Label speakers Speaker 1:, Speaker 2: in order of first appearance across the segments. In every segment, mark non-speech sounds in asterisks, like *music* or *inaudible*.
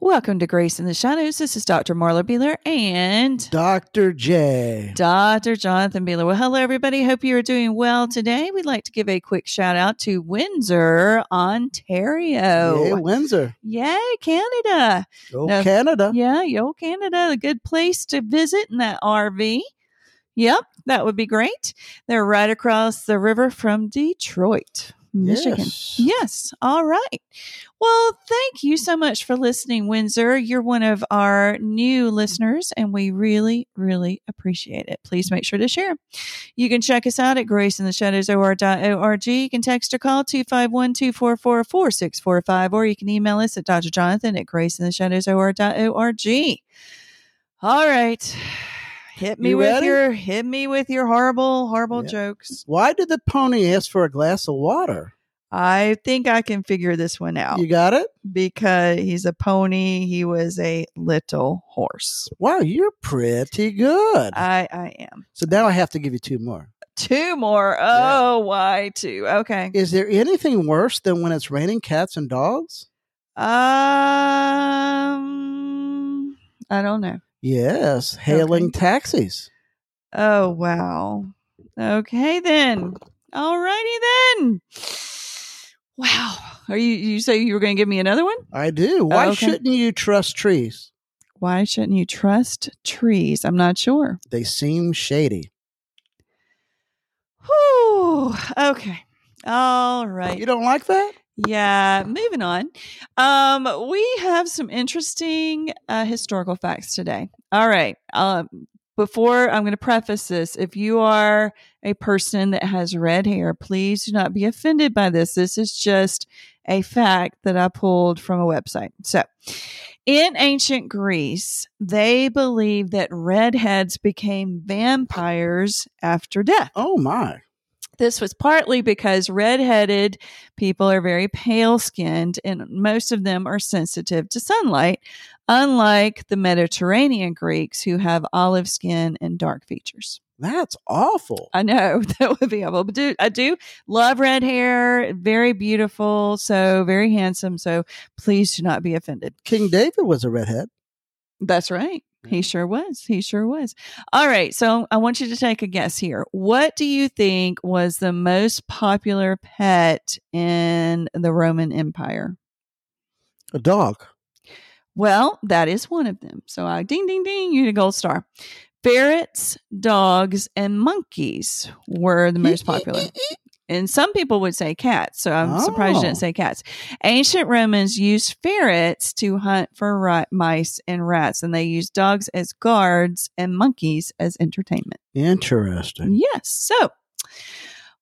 Speaker 1: Welcome to Grace in the Shadows. This is Dr. Marla Beeler and
Speaker 2: Dr. J.
Speaker 1: Dr. Jonathan Beeler. Well, hello, everybody. Hope you are doing well today. We'd like to give a quick shout out to Windsor, Ontario.
Speaker 2: Yay, Windsor.
Speaker 1: Yay, Canada.
Speaker 2: Go
Speaker 1: No.
Speaker 2: Canada.
Speaker 1: Yeah, yo, Canada, a good place to visit in that RV. Yep, that would be great. They're right across the river from Detroit, Michigan.
Speaker 2: Yes.
Speaker 1: Yes. All right. Well, thank you so much for listening, Windsor. You're one of our new listeners, and we really, really appreciate it. Please make sure to share. You can check us out at graceintheshadowsor.org. You can text or call 251 244 4645, or you can email us at Dr. Jonathan at graceintheshadowsor.org. All right. Hit me
Speaker 2: You
Speaker 1: with
Speaker 2: ready?
Speaker 1: your hit me with your horrible, horrible
Speaker 2: Yeah.
Speaker 1: jokes.
Speaker 2: Why did the pony ask for a glass of water?
Speaker 1: I think I can figure this one out.
Speaker 2: You got it?
Speaker 1: because he's a pony. He was a little horse.
Speaker 2: Wow, you're pretty good.
Speaker 1: I, I am.
Speaker 2: so now I have to give you two more.
Speaker 1: Two more. Oh, why two? Okay.
Speaker 2: Is there anything worse than when it's raining cats and dogs?
Speaker 1: Um, I don't know.
Speaker 2: Yes, hailing taxis.
Speaker 1: Oh, wow. Okay, then. All righty, then. Wow. Are you, you say you were going to give me another one?
Speaker 2: I do. Why
Speaker 1: okay.
Speaker 2: shouldn't you trust trees?
Speaker 1: Why shouldn't you trust trees? I'm not sure.
Speaker 2: They seem shady.
Speaker 1: Whew. Okay. All right.
Speaker 2: You don't like that?
Speaker 1: Yeah, moving on. Um, we have some interesting uh, historical facts today. All right. Um, before I'm going to preface this, if you are a person that has red hair, please do not be offended by this. This is just a fact that I pulled from a website. So, in ancient Greece, they believed that redheads became vampires after death.
Speaker 2: Oh my.
Speaker 1: This was partly because redheaded people are very pale skinned and most of them are sensitive to sunlight, unlike the Mediterranean Greeks who have olive skin and dark features.
Speaker 2: That's awful.
Speaker 1: I know *laughs* that would be awful, but do, I do love red hair, very beautiful, so very handsome. So please do not be offended.
Speaker 2: King David was a redhead.
Speaker 1: That's right. He sure was. He sure was. All right. So I want you to take a guess here. What do you think was the most popular pet in the Roman Empire?
Speaker 2: A dog.
Speaker 1: Well, that is one of them. So I ding, ding, ding, you get a gold star. Ferrets, dogs, and monkeys were the most popular. And some people would say cats. So I'm surprised you didn't
Speaker 2: Oh.
Speaker 1: say cats. Ancient Romans used ferrets to hunt for rat- mice and rats, and they used dogs as guards and monkeys as entertainment.
Speaker 2: Interesting.
Speaker 1: Yes. So,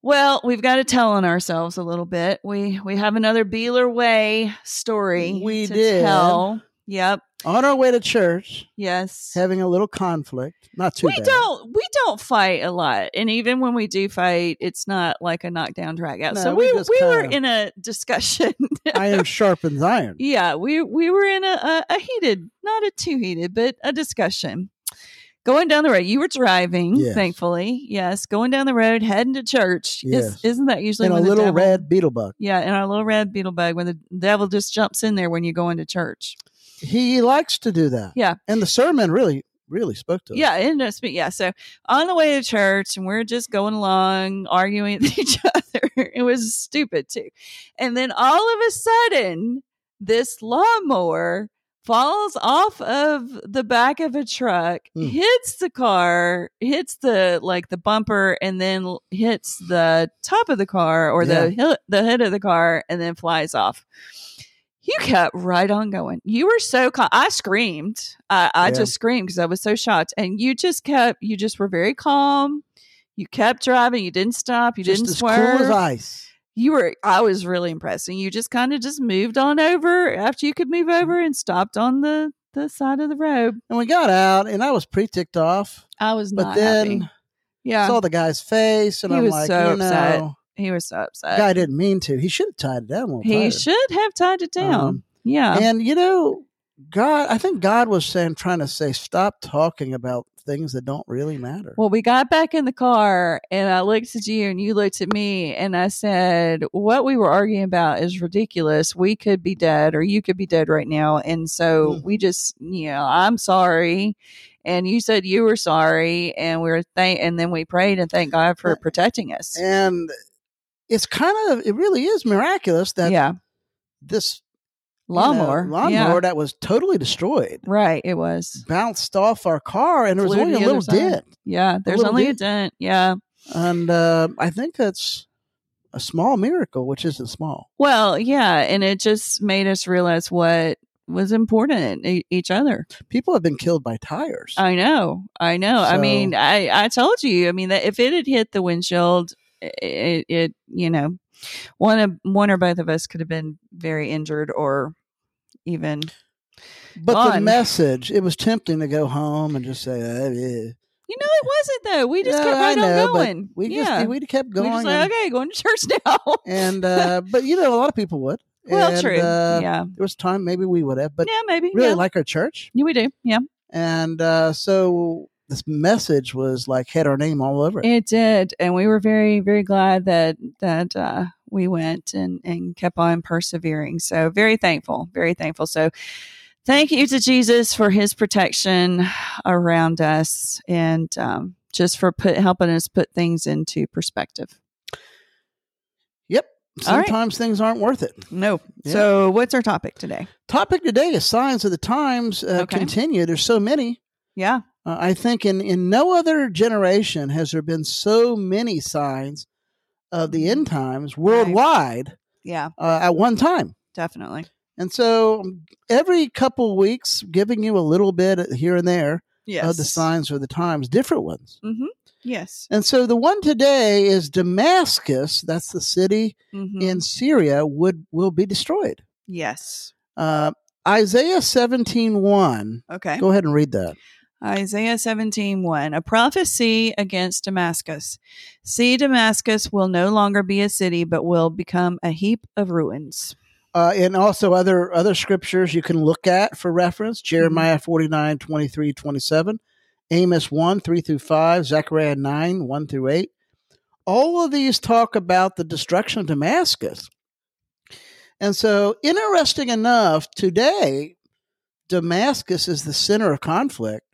Speaker 1: well, we've got to tell on ourselves a little bit. We we have another Beeler Way story.
Speaker 2: We
Speaker 1: to
Speaker 2: did.
Speaker 1: Tell. Yep.
Speaker 2: On our way to church,
Speaker 1: Yes.
Speaker 2: having a little conflict. Not too
Speaker 1: we
Speaker 2: bad.
Speaker 1: don't we don't fight a lot and even when we do fight it's not like a knockdown drag out
Speaker 2: No,
Speaker 1: so
Speaker 2: we
Speaker 1: we, we,
Speaker 2: just
Speaker 1: were
Speaker 2: kinda-
Speaker 1: in a discussion *laughs*
Speaker 2: Iron sharpens iron.
Speaker 1: yeah we we were in a, a, a heated not a too heated but a discussion going down the road you were driving
Speaker 2: Yes.
Speaker 1: thankfully yes going down the road heading to church
Speaker 2: Yes.
Speaker 1: is, isn't that usually
Speaker 2: And a
Speaker 1: when the
Speaker 2: little
Speaker 1: devil-
Speaker 2: red beetle bug.
Speaker 1: yeah in our little red beetle bug when the devil just jumps in there when you go into church
Speaker 2: He likes to do that.
Speaker 1: Yeah.
Speaker 2: And the sermon really, really spoke to us.
Speaker 1: Yeah, it does. But yeah, so on the way to church, and we're just going along arguing *laughs* with each other. It was stupid too. And then all of a sudden, this lawnmower falls off of the back of a truck,
Speaker 2: Hmm.
Speaker 1: hits the car, hits the like the bumper, and then l- hits the top of the car or the hill the hood of the car, and then flies off. You kept right on going. You were so calm. I screamed. I, I
Speaker 2: Yeah.
Speaker 1: just screamed because I was so shocked. And you just kept. You just were very calm. You kept driving. You didn't stop. You
Speaker 2: Just
Speaker 1: didn't
Speaker 2: as
Speaker 1: swerve
Speaker 2: cool as ice.
Speaker 1: you were i was really impressed and you just kind of just moved on over after you could move
Speaker 2: Mm-hmm.
Speaker 1: over and stopped on the the side of the road
Speaker 2: And we got out, and I was pre ticked off.
Speaker 1: i was
Speaker 2: But
Speaker 1: not
Speaker 2: then
Speaker 1: happy. yeah
Speaker 2: saw the guy's face, and
Speaker 1: He
Speaker 2: I'm
Speaker 1: was
Speaker 2: like,
Speaker 1: so
Speaker 2: you
Speaker 1: upset.
Speaker 2: know,
Speaker 1: he was so upset
Speaker 2: guy didn't mean to. He should have tied it down. a little
Speaker 1: he
Speaker 2: tighter.
Speaker 1: should have tied it down
Speaker 2: Um,
Speaker 1: yeah
Speaker 2: And you know, God, I think God was saying, trying to say, stop talking about things that don't really matter.
Speaker 1: Well, we got back in the car and I looked at you and you looked at me and I said, What we were arguing about is ridiculous. We could be dead or you could be dead right now. And so
Speaker 2: Mhm.
Speaker 1: we just, you know, I'm sorry. And you said you were sorry and we were thank and then we prayed and thank God for
Speaker 2: Yeah.
Speaker 1: protecting us.
Speaker 2: and it's kind of, it really is miraculous that
Speaker 1: yeah.
Speaker 2: this you know,
Speaker 1: Lawnmower.
Speaker 2: lawnmower
Speaker 1: Yeah.
Speaker 2: that was totally destroyed
Speaker 1: Right, it was.
Speaker 2: bounced off our car and there was
Speaker 1: Flew
Speaker 2: only
Speaker 1: to
Speaker 2: a
Speaker 1: the
Speaker 2: little
Speaker 1: other side.
Speaker 2: dent.
Speaker 1: Yeah. There's
Speaker 2: little
Speaker 1: only a
Speaker 2: dent.
Speaker 1: dent. Yeah.
Speaker 2: And uh, I think that's a small miracle, which isn't small.
Speaker 1: Well, yeah. And it just made us realize what was important e- each other.
Speaker 2: People have been killed by tires.
Speaker 1: I know. I know. I
Speaker 2: So-
Speaker 1: mean, I I told you. I mean, that if it had hit the windshield, it, it you know, one of one or both of us could have been very injured or even
Speaker 2: but the
Speaker 1: gone.
Speaker 2: message, it was tempting to go home and just say, uh, eh.
Speaker 1: you know it wasn't though. We just
Speaker 2: Yeah,
Speaker 1: kept
Speaker 2: I
Speaker 1: right
Speaker 2: know,
Speaker 1: on
Speaker 2: but
Speaker 1: going.
Speaker 2: we
Speaker 1: yeah.
Speaker 2: just we kept
Speaker 1: We
Speaker 2: going.
Speaker 1: just
Speaker 2: and-
Speaker 1: like, okay, going to church *laughs* now. *laughs*
Speaker 2: and uh, but you know a lot of people would.
Speaker 1: well,
Speaker 2: And,
Speaker 1: true.
Speaker 2: Uh,
Speaker 1: yeah.
Speaker 2: There was time maybe we would have, but
Speaker 1: yeah, maybe.
Speaker 2: really
Speaker 1: yeah.
Speaker 2: like our church,
Speaker 1: yeah, we do. Yeah.
Speaker 2: and uh, so this message was like had our name all over it.
Speaker 1: It did, and we were very, very glad that that uh, we went and and kept on persevering. So very thankful, very thankful. So thank you to Jesus for His protection around us, and um, just for put helping us put things into perspective. all right.
Speaker 2: Sometimes things aren't worth it.
Speaker 1: No.
Speaker 2: Yeah.
Speaker 1: So what's our topic today?
Speaker 2: Topic today is signs of the times uh,
Speaker 1: Okay.
Speaker 2: continue. There's so many.
Speaker 1: Yeah.
Speaker 2: Uh, I think in, in no other generation has there been so many signs of the end
Speaker 1: Mm-hmm.
Speaker 2: times worldwide
Speaker 1: Yeah.
Speaker 2: uh, at one time.
Speaker 1: Definitely.
Speaker 2: And so um, every couple weeks, giving you a little bit here and there
Speaker 1: Yes.
Speaker 2: of the signs of the times, different ones.
Speaker 1: Mm-hmm. Yes.
Speaker 2: And so the one today is Damascus, that's the city
Speaker 1: Mm-hmm.
Speaker 2: in Syria, would will be destroyed.
Speaker 1: yes.
Speaker 2: Uh, Isaiah 17
Speaker 1: Okay.
Speaker 2: Go ahead and read that.
Speaker 1: Isaiah 17, a prophecy against Damascus. See, Damascus will no longer be a city, but will become a heap of ruins.
Speaker 2: uh, and also other other scriptures you can look at for reference jeremiah 49 23 27 amos 1 3 through 5 zechariah 9 1 through 8 all of these talk about the destruction of damascus and so interesting enough today damascus is the center of conflict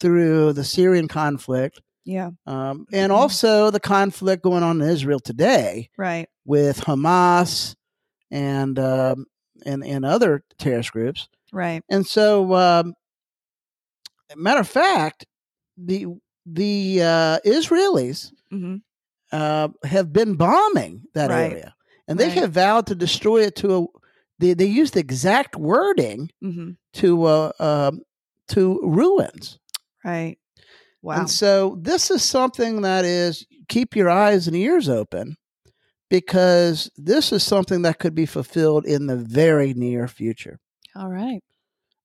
Speaker 2: through the syrian conflict
Speaker 1: Mm, Yeah,
Speaker 2: um, and
Speaker 1: Mhm.
Speaker 2: also the conflict going on in israel today
Speaker 1: right.
Speaker 2: with Hamas and um, and and other terrorist groups.
Speaker 1: Right.
Speaker 2: And so, um, matter of fact, the the uh, Israelis
Speaker 1: hmm
Speaker 2: uh, have been bombing that
Speaker 1: Right.
Speaker 2: area, and they
Speaker 1: Right.
Speaker 2: have vowed to destroy it to a. They they used the exact wording
Speaker 1: hmm
Speaker 2: to uh, um, to ruins.
Speaker 1: Right. Wow.
Speaker 2: And so this is something that is keep your eyes and ears open because this is something that could be fulfilled in the very near future.
Speaker 1: All right.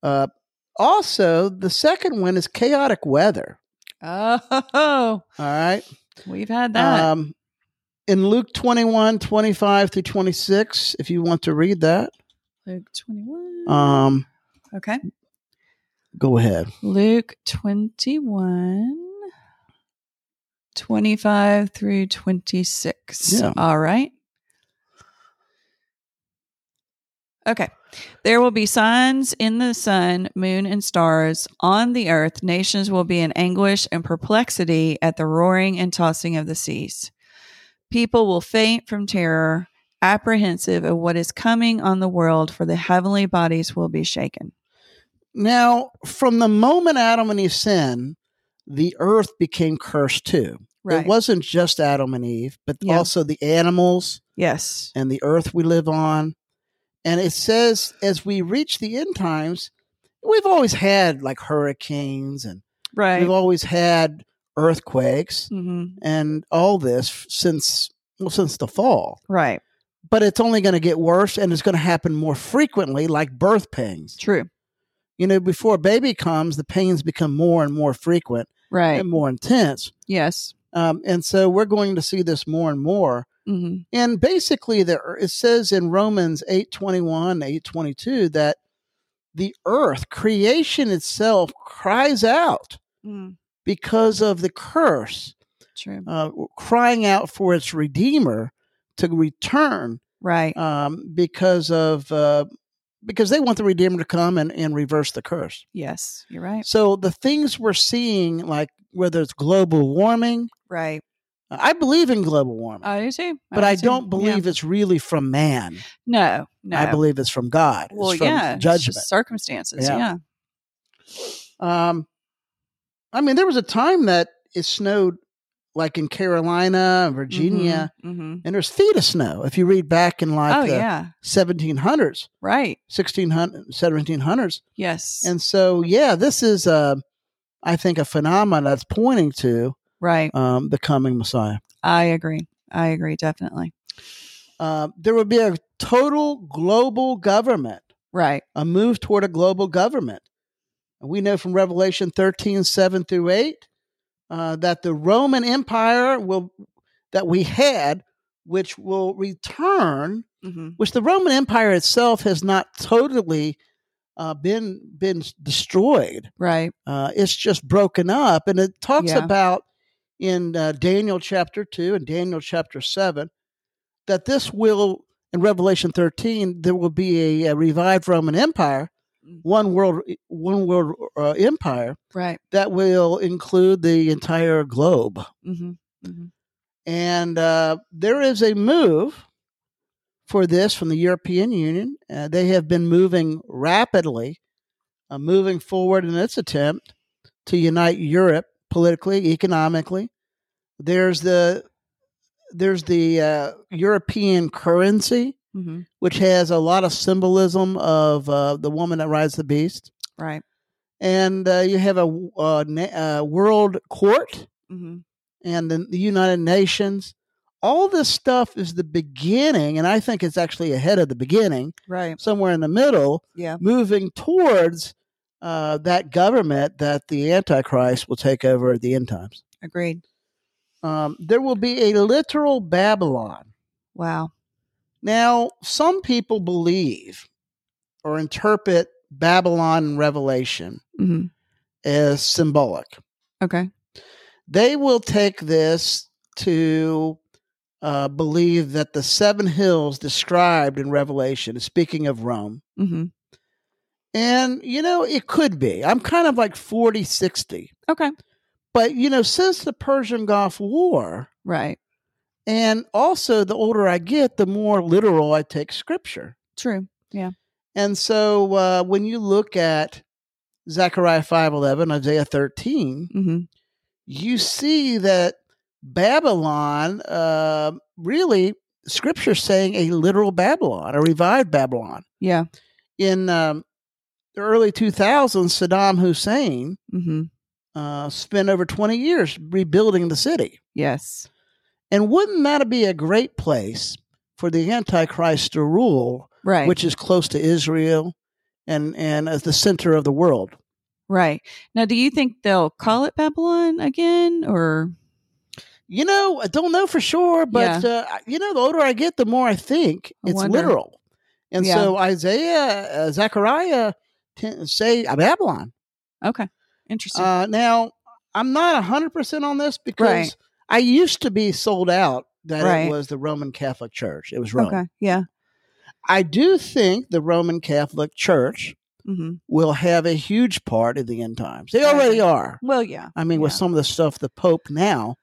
Speaker 2: Uh, also, the second one is chaotic weather.
Speaker 1: Oh, *laughs*
Speaker 2: All right.
Speaker 1: we've had that.
Speaker 2: Um, in Luke 21, 25 through 26, if you want to read that,
Speaker 1: Luke 21.
Speaker 2: um,
Speaker 1: okay.
Speaker 2: go ahead.
Speaker 1: Luke 21, 25 through 26.
Speaker 2: Yeah.
Speaker 1: All right. Okay. There will be signs in the sun, moon, and stars on the earth. Nations will be in anguish and perplexity at the roaring and tossing of the seas. People will faint from terror, apprehensive of what is coming on the world, for the heavenly bodies will be shaken.
Speaker 2: Now, from the moment Adam and Eve sinned, the earth became cursed too. It wasn't just Adam and Eve, but
Speaker 1: Yeah.
Speaker 2: also the animals
Speaker 1: yes.
Speaker 2: and the earth we live on. And it says, as we reach the end times, we've always had like hurricanes and
Speaker 1: Right.
Speaker 2: we've always had earthquakes
Speaker 1: Mm-hmm.
Speaker 2: and all this since, well, since the fall.
Speaker 1: Right.
Speaker 2: But it's only going to get worse and it's going to happen more frequently, like birth pains.
Speaker 1: True.
Speaker 2: You know, before a baby comes, the pains become more and more frequent
Speaker 1: Right.
Speaker 2: and more intense.
Speaker 1: yes.
Speaker 2: Um, and so we're going to see this more and more.
Speaker 1: Mm-hmm.
Speaker 2: and basically the ear- it says in romans 821 822 that the earth creation itself cries out because of the curse,
Speaker 1: True.
Speaker 2: uh, crying out for its redeemer to return
Speaker 1: Right.
Speaker 2: um, because of uh, because they want the redeemer to come and, and reverse the curse.
Speaker 1: yes. You're right.
Speaker 2: So the things we're seeing, like whether it's global warming,
Speaker 1: Right.
Speaker 2: I believe in global warming,
Speaker 1: I do too.
Speaker 2: but I
Speaker 1: do too.
Speaker 2: don't
Speaker 1: Yeah.
Speaker 2: believe it's really from man.
Speaker 1: No. No.
Speaker 2: I believe it's from God.
Speaker 1: Well,
Speaker 2: it's from
Speaker 1: yeah. it's just
Speaker 2: judgment.
Speaker 1: circumstances.
Speaker 2: Yeah.
Speaker 1: Yeah.
Speaker 2: Um, I mean, there was a time that it snowed like in Carolina, Virginia,
Speaker 1: hmm
Speaker 2: and there's feet of snow. If you read back in like
Speaker 1: oh
Speaker 2: the
Speaker 1: yeah.
Speaker 2: 1700s,
Speaker 1: Right.
Speaker 2: 1600, 1700s.
Speaker 1: Yes.
Speaker 2: And so, yeah, this is, uh, I think, a phenomenon that's pointing to
Speaker 1: right.
Speaker 2: um, the coming Messiah.
Speaker 1: I agree. I agree definitely.
Speaker 2: Uh, there would be a total global government,
Speaker 1: Right.
Speaker 2: a move toward a global government. And we know from Revelation 13, 7 through 8, uh, that the Roman Empire will that we had, which will return,
Speaker 1: hmm
Speaker 2: which the Roman Empire itself has not totally uh, been been destroyed.
Speaker 1: Right.
Speaker 2: uh, it's just broken up and it talks
Speaker 1: Yeah.
Speaker 2: about in uh, daniel chapter 2 and daniel chapter 7 that this will in revelation 13 there will be a, a revived roman empire
Speaker 1: Mm.
Speaker 2: one world one world uh, empire
Speaker 1: Right.
Speaker 2: that will include the entire globe
Speaker 1: hmm hmm
Speaker 2: and uh, there is a move for this from the European Union. Uh, they have been moving rapidly, uh, moving forward in its attempt to unite Europe politically, economically. There's the there's the uh, European currency,
Speaker 1: hmm
Speaker 2: which has a lot of symbolism of uh, the woman that rides the beast,
Speaker 1: Right.
Speaker 2: and uh, you have a, uh na- uh world court
Speaker 1: hmm
Speaker 2: and the, the United Nations. All this stuff is the beginning, and I think it's actually ahead of the beginning,
Speaker 1: Right.
Speaker 2: somewhere in the middle,
Speaker 1: Yeah.
Speaker 2: moving towards uh, that government that the Antichrist will take over at the end times.
Speaker 1: Agreed.
Speaker 2: Um, there will be a literal Babylon.
Speaker 1: Wow.
Speaker 2: Now, some people believe or interpret Babylon in Revelation
Speaker 1: hmm
Speaker 2: as symbolic.
Speaker 1: Okay.
Speaker 2: they will take this to uh, believe that the seven hills described in Revelation is speaking of Rome.
Speaker 1: hmm
Speaker 2: And, you know, it could be. I'm kind of like 40 60.
Speaker 1: Okay.
Speaker 2: But, you know, since the Persian Gulf War,
Speaker 1: Right.
Speaker 2: and also the older I get, the more literal I take scripture.
Speaker 1: True.
Speaker 2: And so uh, when you look at Zechariah 5:11, Isaiah 13,
Speaker 1: hmm
Speaker 2: you see that Babylon, uh, really, scripture's saying a literal Babylon, a revived Babylon.
Speaker 1: Yeah.
Speaker 2: In um, the early 2000s, Saddam Hussein
Speaker 1: hmm
Speaker 2: uh, spent over 20 years rebuilding the city.
Speaker 1: Yes.
Speaker 2: And wouldn't that be a great place for the Antichrist to rule,
Speaker 1: Right.
Speaker 2: which is close to Israel and, and as the center of the world?
Speaker 1: right. Now, do you think they'll call it Babylon again, or
Speaker 2: You know, I don't know for sure, but
Speaker 1: Yeah.
Speaker 2: uh, you know, the older I get, the more I think
Speaker 1: I
Speaker 2: it's
Speaker 1: wonder.
Speaker 2: literal. And
Speaker 1: Yeah.
Speaker 2: so Isaiah, uh, Zechariah ten, say uh, Babylon.
Speaker 1: okay? Interesting.
Speaker 2: Uh, now, I'm not 100% on this because
Speaker 1: Right.
Speaker 2: I used to be sold out that it
Speaker 1: Right.
Speaker 2: was the Roman Catholic Church. It was Rome.
Speaker 1: okay. Yeah.
Speaker 2: I do think the Roman Catholic Church
Speaker 1: hmm
Speaker 2: will have a huge part in the end times. They
Speaker 1: I
Speaker 2: already
Speaker 1: agree.
Speaker 2: are.
Speaker 1: Well, yeah.
Speaker 2: I mean, with
Speaker 1: Yeah.
Speaker 2: some of the stuff the Pope now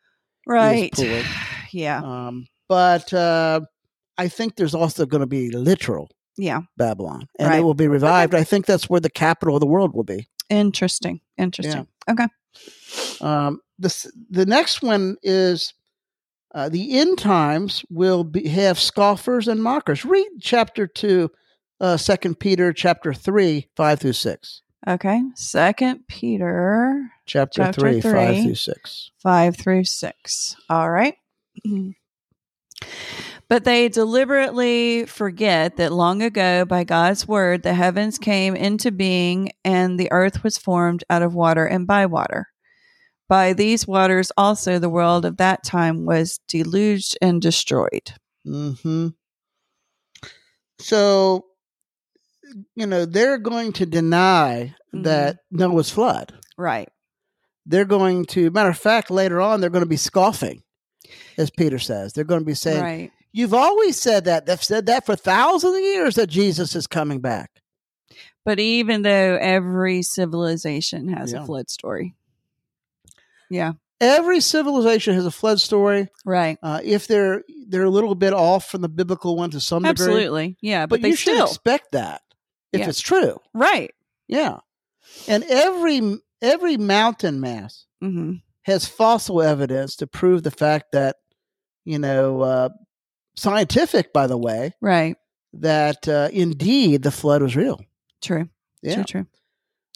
Speaker 1: Right.
Speaker 2: pulling.
Speaker 1: Yeah.
Speaker 2: Um, but uh, I think there's also going to be literal
Speaker 1: Yeah.
Speaker 2: Babylon, and it
Speaker 1: Right.
Speaker 2: will be revived. I think that's where the capital of the world will be.
Speaker 1: Interesting. Interesting. Okay.
Speaker 2: Um, this, the next one is uh, the end times will be, have scoffers and mockers. Read chapter two, uh, Second Peter chapter three, five through six.
Speaker 1: Okay. Second Peter
Speaker 2: Chapter,
Speaker 1: Chapter
Speaker 2: three, five
Speaker 1: three.
Speaker 2: through six.
Speaker 1: five through six. All right. *clears throat* But they deliberately forget that long ago, by God's word, the heavens came into being and the earth was formed out of water and by water. By these waters also the world of that time was deluged and destroyed.
Speaker 2: Hmm. So, you know, they're going to deny
Speaker 1: Mhm.
Speaker 2: that Noah's flood.
Speaker 1: Right.
Speaker 2: they're going to matter of fact later on they're going to be scoffing as peter says they're going to be saying
Speaker 1: right.
Speaker 2: you've always said that they've said that for thousands of years that jesus is coming back
Speaker 1: But even though every civilization has
Speaker 2: Yeah.
Speaker 1: a flood story,
Speaker 2: every civilization has a flood story
Speaker 1: right?
Speaker 2: uh, if they're they're a little bit off from the biblical one to some degree
Speaker 1: Absolutely, yeah. But,
Speaker 2: but,
Speaker 1: they
Speaker 2: you should
Speaker 1: still
Speaker 2: expect that if
Speaker 1: Yeah.
Speaker 2: it's true
Speaker 1: right.
Speaker 2: yeah and every every mountain mass
Speaker 1: hmm
Speaker 2: has fossil evidence to prove the fact that, you know, uh, scientific, by the way,
Speaker 1: Right.
Speaker 2: that uh, indeed the flood was real.
Speaker 1: True.
Speaker 2: Yeah.
Speaker 1: True. True.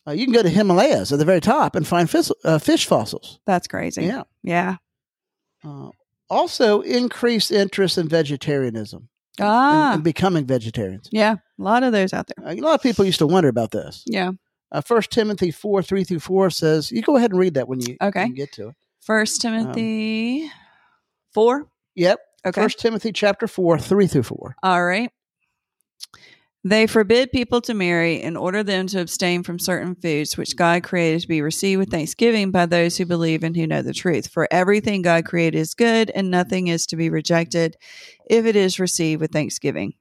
Speaker 2: Uh, you can go to Himalayas at the very top and find fis- uh, fish fossils.
Speaker 1: That's crazy.
Speaker 2: Yeah.
Speaker 1: Yeah.
Speaker 2: Uh, also, increased interest in vegetarianism and-
Speaker 1: Ah.
Speaker 2: and becoming vegetarians.
Speaker 1: yeah. A lot of those out there.
Speaker 2: Uh, a lot of people used to wonder about this.
Speaker 1: Yeah.
Speaker 2: Uh, 1 Timothy 4 3 through 4 says, you go ahead and read that when you,
Speaker 1: Okay.
Speaker 2: when you get to it.
Speaker 1: First
Speaker 2: Um,
Speaker 1: Timothy four.
Speaker 2: Yep.
Speaker 1: Okay.
Speaker 2: First Timothy chapter 4 3 through 4.
Speaker 1: All right. They forbid people to marry and order them to abstain from certain foods which God created to be received with thanksgiving by those who believe and who know the truth. For everything God created is good, and nothing is to be rejected if it is received with thanksgiving.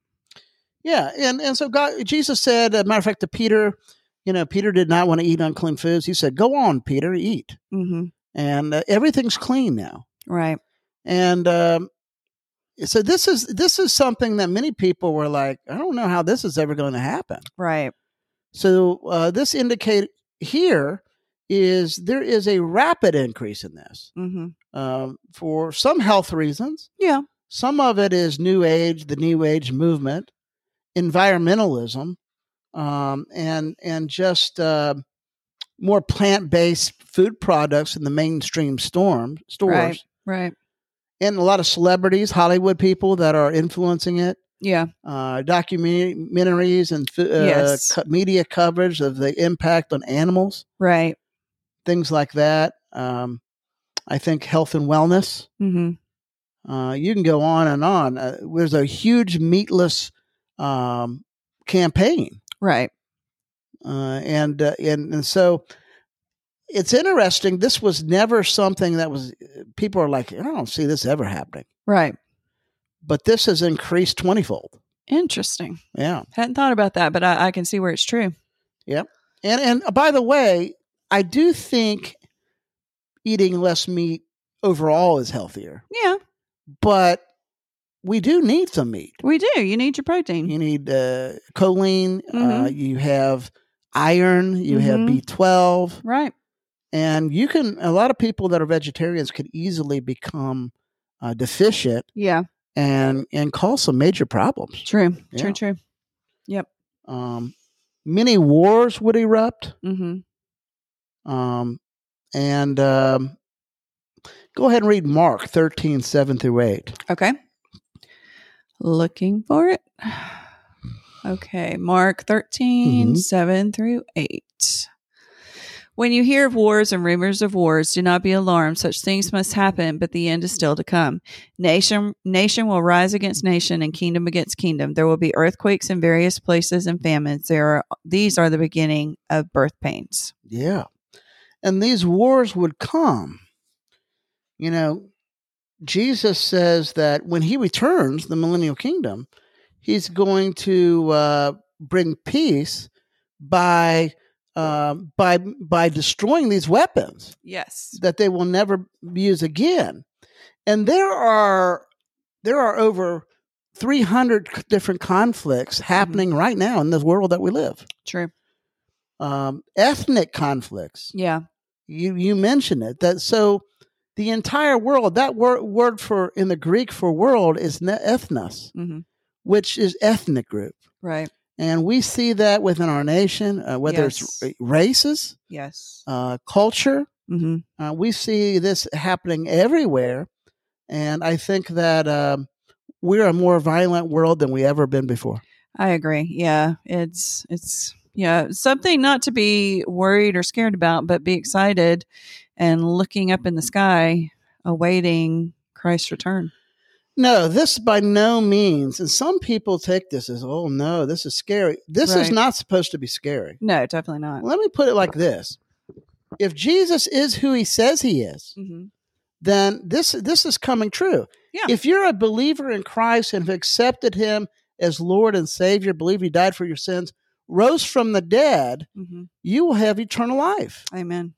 Speaker 2: Yeah, and and so God, Jesus said, a matter of fact, to Peter, you know, Peter did not want to eat unclean foods. He said, "Go on, Peter, eat."
Speaker 1: hmm
Speaker 2: And uh, everything's clean now.
Speaker 1: Right.
Speaker 2: And um, so this is this is something that many people were like, "I don't know how this is ever going to happen."
Speaker 1: Right.
Speaker 2: So uh, this indicate here is there is a rapid increase in this
Speaker 1: hmm
Speaker 2: um, for some health reasons.
Speaker 1: Yeah.
Speaker 2: Some of it is New Age, the New Age movement, environmentalism, um, and and just uh, more plant based food products in the mainstream storm stores,
Speaker 1: Right. Right.
Speaker 2: and a lot of celebrities, Hollywood people that are influencing it.
Speaker 1: Yeah.
Speaker 2: Uh, documentaries and fo- uh,
Speaker 1: Yes.
Speaker 2: co- media coverage of the impact on animals,
Speaker 1: Right.
Speaker 2: things like that. Um, I think health and wellness.
Speaker 1: hmm
Speaker 2: Uh, you can go on and on. Uh, there's a huge meatless um, campaign,
Speaker 1: Right.
Speaker 2: uh, and, uh, and and so it's interesting. This was never something that was. People are like, I don't see this ever happening,
Speaker 1: Right.
Speaker 2: but this has increased twentyfold.
Speaker 1: Interesting.
Speaker 2: Yeah,
Speaker 1: Hadn't thought about that, but I, I can see where it's true.
Speaker 2: and and uh, by the way, I do think eating less meat overall is healthier,
Speaker 1: Yeah.
Speaker 2: but we do need some meat.
Speaker 1: We do. You need your protein.
Speaker 2: You need uh, choline. Uh,
Speaker 1: Mhm.
Speaker 2: you have iron. You have
Speaker 1: Mhm.
Speaker 2: B twelve,
Speaker 1: Right.
Speaker 2: and you can. A lot of people that are vegetarians could easily become uh, deficient
Speaker 1: Yeah.
Speaker 2: and and cause some major problems.
Speaker 1: True.
Speaker 2: Yeah.
Speaker 1: True. True.
Speaker 2: Um, many wars would erupt,
Speaker 1: hmm
Speaker 2: um, and um, go ahead and read Mark thirteen seven through eight.
Speaker 1: Okay. Looking for it. Okay. Mark 13,
Speaker 2: Mhm.
Speaker 1: 7 through 8. When you hear of wars and rumors of wars, do not be alarmed. Such things must happen, but the end is still to come. Nation nation will rise against nation and kingdom against kingdom. There will be earthquakes in various places and famines. There are these are the beginning of birth pains.
Speaker 2: Yeah. And these wars would come. You know, Jesus says that when he returns, the millennial kingdom, he's going to uh, bring peace by uh, by by destroying these weapons
Speaker 1: Yes.
Speaker 2: that they will never use again. And there are there are over 300 c- different conflicts happening right now in this world that we live.
Speaker 1: True.
Speaker 2: Um, ethnic conflicts,
Speaker 1: Yeah.
Speaker 2: you you mentioned it that so the entire world that word word for in the greek for world is ne- ethnos
Speaker 1: hmm
Speaker 2: which is ethnic group
Speaker 1: Right.
Speaker 2: and we see that within our nation uh, whether it's
Speaker 1: Yes.
Speaker 2: r- races
Speaker 1: Yes.
Speaker 2: uh, culture
Speaker 1: hmm
Speaker 2: uh, we see this happening everywhere and i think that um, we're a more violent world than we ever been before
Speaker 1: I agree. Yeah, it's it's yeah something not to be worried or scared about, but be excited and looking up in the sky, awaiting Christ's return.
Speaker 2: no this by no means and some people take this as oh no this is scary this is
Speaker 1: Right.
Speaker 2: not supposed to be scary
Speaker 1: No, definitely not.
Speaker 2: Let me put it like this if Jesus is who he says he is,
Speaker 1: hmm
Speaker 2: then this this is coming true.
Speaker 1: Yeah.
Speaker 2: If you're a believer in Christ and have accepted him as Lord and Savior, believe he died for your sins, rose from the dead,
Speaker 1: hmm
Speaker 2: you will have eternal life.
Speaker 1: Amen.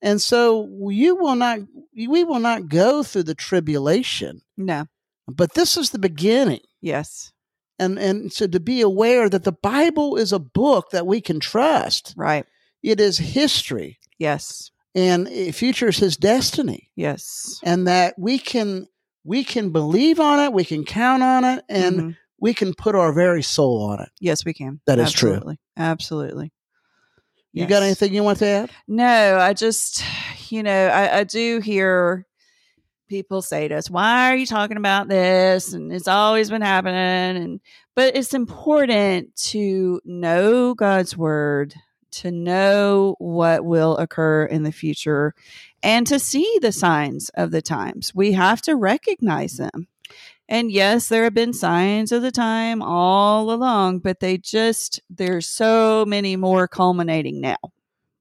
Speaker 2: And so you will not we will not go through the tribulation,
Speaker 1: No.
Speaker 2: but this is the beginning.
Speaker 1: Yes.
Speaker 2: And and so to be aware that the Bible is a book that we can trust.
Speaker 1: Right.
Speaker 2: It is history
Speaker 1: Yes.
Speaker 2: and it futures his destiny.
Speaker 1: Yes.
Speaker 2: and that we can we can believe on it, we can count on it, and
Speaker 1: Mhm.
Speaker 2: we can put our very soul on it.
Speaker 1: yes, we can.
Speaker 2: That is true.
Speaker 1: Absolutely. Absolutely.
Speaker 2: You got
Speaker 1: Yes.
Speaker 2: anything you want to add?
Speaker 1: No, I just, you know, I, I do hear people say to us, why are you talking about this? And it's always been happening. And, but it's important to know God's word, to know what will occur in the future, and to see the signs of the times. We have to recognize them. And yes, there have been signs of the time all along, but they just, there's so many more culminating now.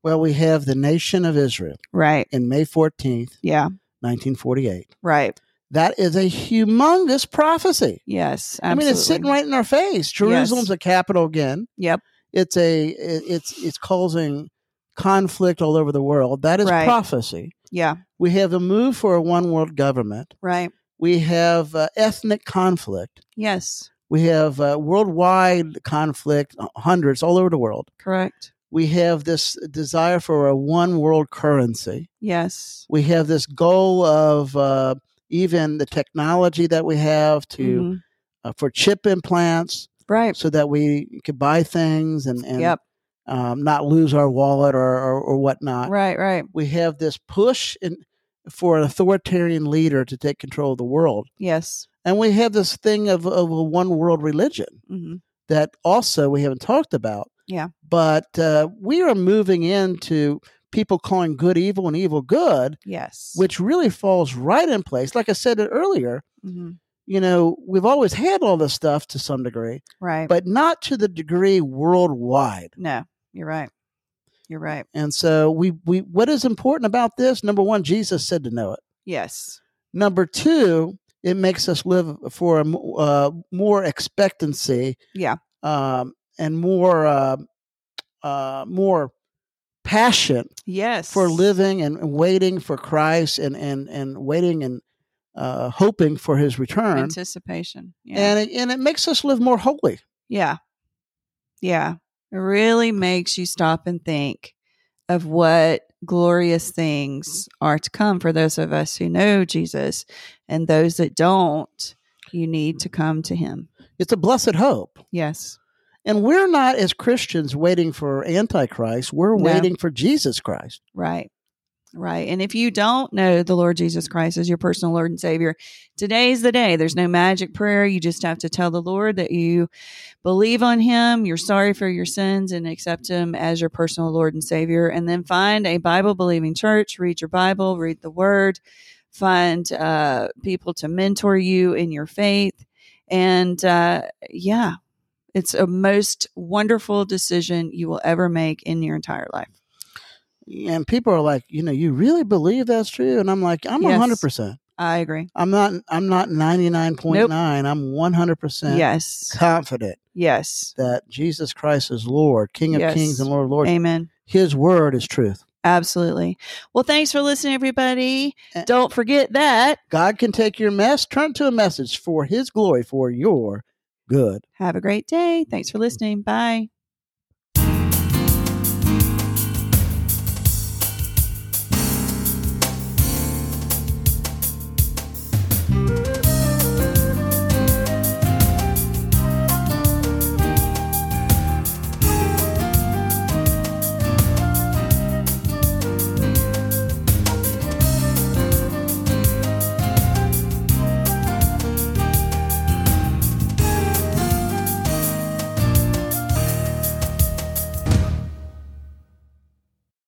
Speaker 2: Well, we have the nation of Israel
Speaker 1: Right.
Speaker 2: in May fourteenth,
Speaker 1: Yeah.
Speaker 2: nineteen forty-eight.
Speaker 1: Right.
Speaker 2: That is a humongous prophecy.
Speaker 1: Yes.
Speaker 2: I mean,
Speaker 1: Absolutely.
Speaker 2: it's sitting right in our face. Jerusalem's the capital again.
Speaker 1: Yep.
Speaker 2: It's a it- it's it's causing conflict all over the world. That is
Speaker 1: Right.
Speaker 2: prophecy.
Speaker 1: Yeah.
Speaker 2: We have a move for a one world government.
Speaker 1: Right.
Speaker 2: We have uh, ethnic conflict.
Speaker 1: Yes.
Speaker 2: We have uh, worldwide conflict, uh, hundreds all over the world.
Speaker 1: Correct.
Speaker 2: We have this desire for a one world currency.
Speaker 1: Yes.
Speaker 2: We have this goal of uh, even the technology that we have to
Speaker 1: Mhm.
Speaker 2: uh, for chip implants,
Speaker 1: Right.
Speaker 2: so that we could buy things and, and
Speaker 1: Yep.
Speaker 2: um, not lose our wallet or, or, or whatnot.
Speaker 1: Right. Right.
Speaker 2: We have this push in, for an authoritarian leader to take control of the world,
Speaker 1: Yes.
Speaker 2: and we have this thing of, of a one world religion.
Speaker 1: hmm
Speaker 2: that also we haven't talked about.
Speaker 1: Yeah.
Speaker 2: But uh, we are moving into people calling good evil and evil good,
Speaker 1: Yes.
Speaker 2: which really falls right in place. Like I said it earlier,
Speaker 1: Mhm.
Speaker 2: you know, we've always had all this stuff to some degree,
Speaker 1: Right.
Speaker 2: but not to the degree worldwide.
Speaker 1: no, you're right. You're right.
Speaker 2: And so we, we what is important about this? Number one, Jesus said to know it.
Speaker 1: Yes.
Speaker 2: Number two, it makes us live for a m- uh, more expectancy
Speaker 1: Yeah.
Speaker 2: um, and more uh, uh, more passion
Speaker 1: Yes.
Speaker 2: for living and waiting for Christ and and and waiting and uh, hoping for His return.
Speaker 1: Anticipation. Yeah.
Speaker 2: And it, and it makes us live more holy.
Speaker 1: yeah. Yeah. It really makes you stop and think of what glorious things are to come for those of us who know Jesus and those that don't, you need to come to him.
Speaker 2: It's a blessed hope.
Speaker 1: Yes.
Speaker 2: And we're not as Christians waiting for Antichrist. We're
Speaker 1: No.
Speaker 2: waiting for Jesus Christ.
Speaker 1: Right. Right. And if you don't know the Lord Jesus Christ as your personal Lord and Savior, today's the day. There's no magic prayer. You just have to tell the Lord that you believe on Him, you're sorry for your sins, and accept Him as your personal Lord and Savior. And then find a Bible believing church, read your Bible, read the Word, find uh, people to mentor you in your faith. And uh, yeah, it's a most wonderful decision you will ever make in your entire life.
Speaker 2: And people are like, you know, you really believe that's true? And I'm like, I'm
Speaker 1: Yes.
Speaker 2: 100%.
Speaker 1: I agree.
Speaker 2: I'm not I'm not 99.9. I'm 100%
Speaker 1: Yes.
Speaker 2: confident
Speaker 1: Yes.
Speaker 2: that Jesus Christ is Lord, King of
Speaker 1: Yes.
Speaker 2: Kings and Lord of Lords.
Speaker 1: Amen.
Speaker 2: His word is truth.
Speaker 1: Absolutely. Well, thanks for listening, everybody.
Speaker 2: Uh,
Speaker 1: Don't forget that.
Speaker 2: God can take your mess, turn it to a message for his glory, for your good.
Speaker 1: Mm-hmm. Have a great day. Thanks for listening. Bye.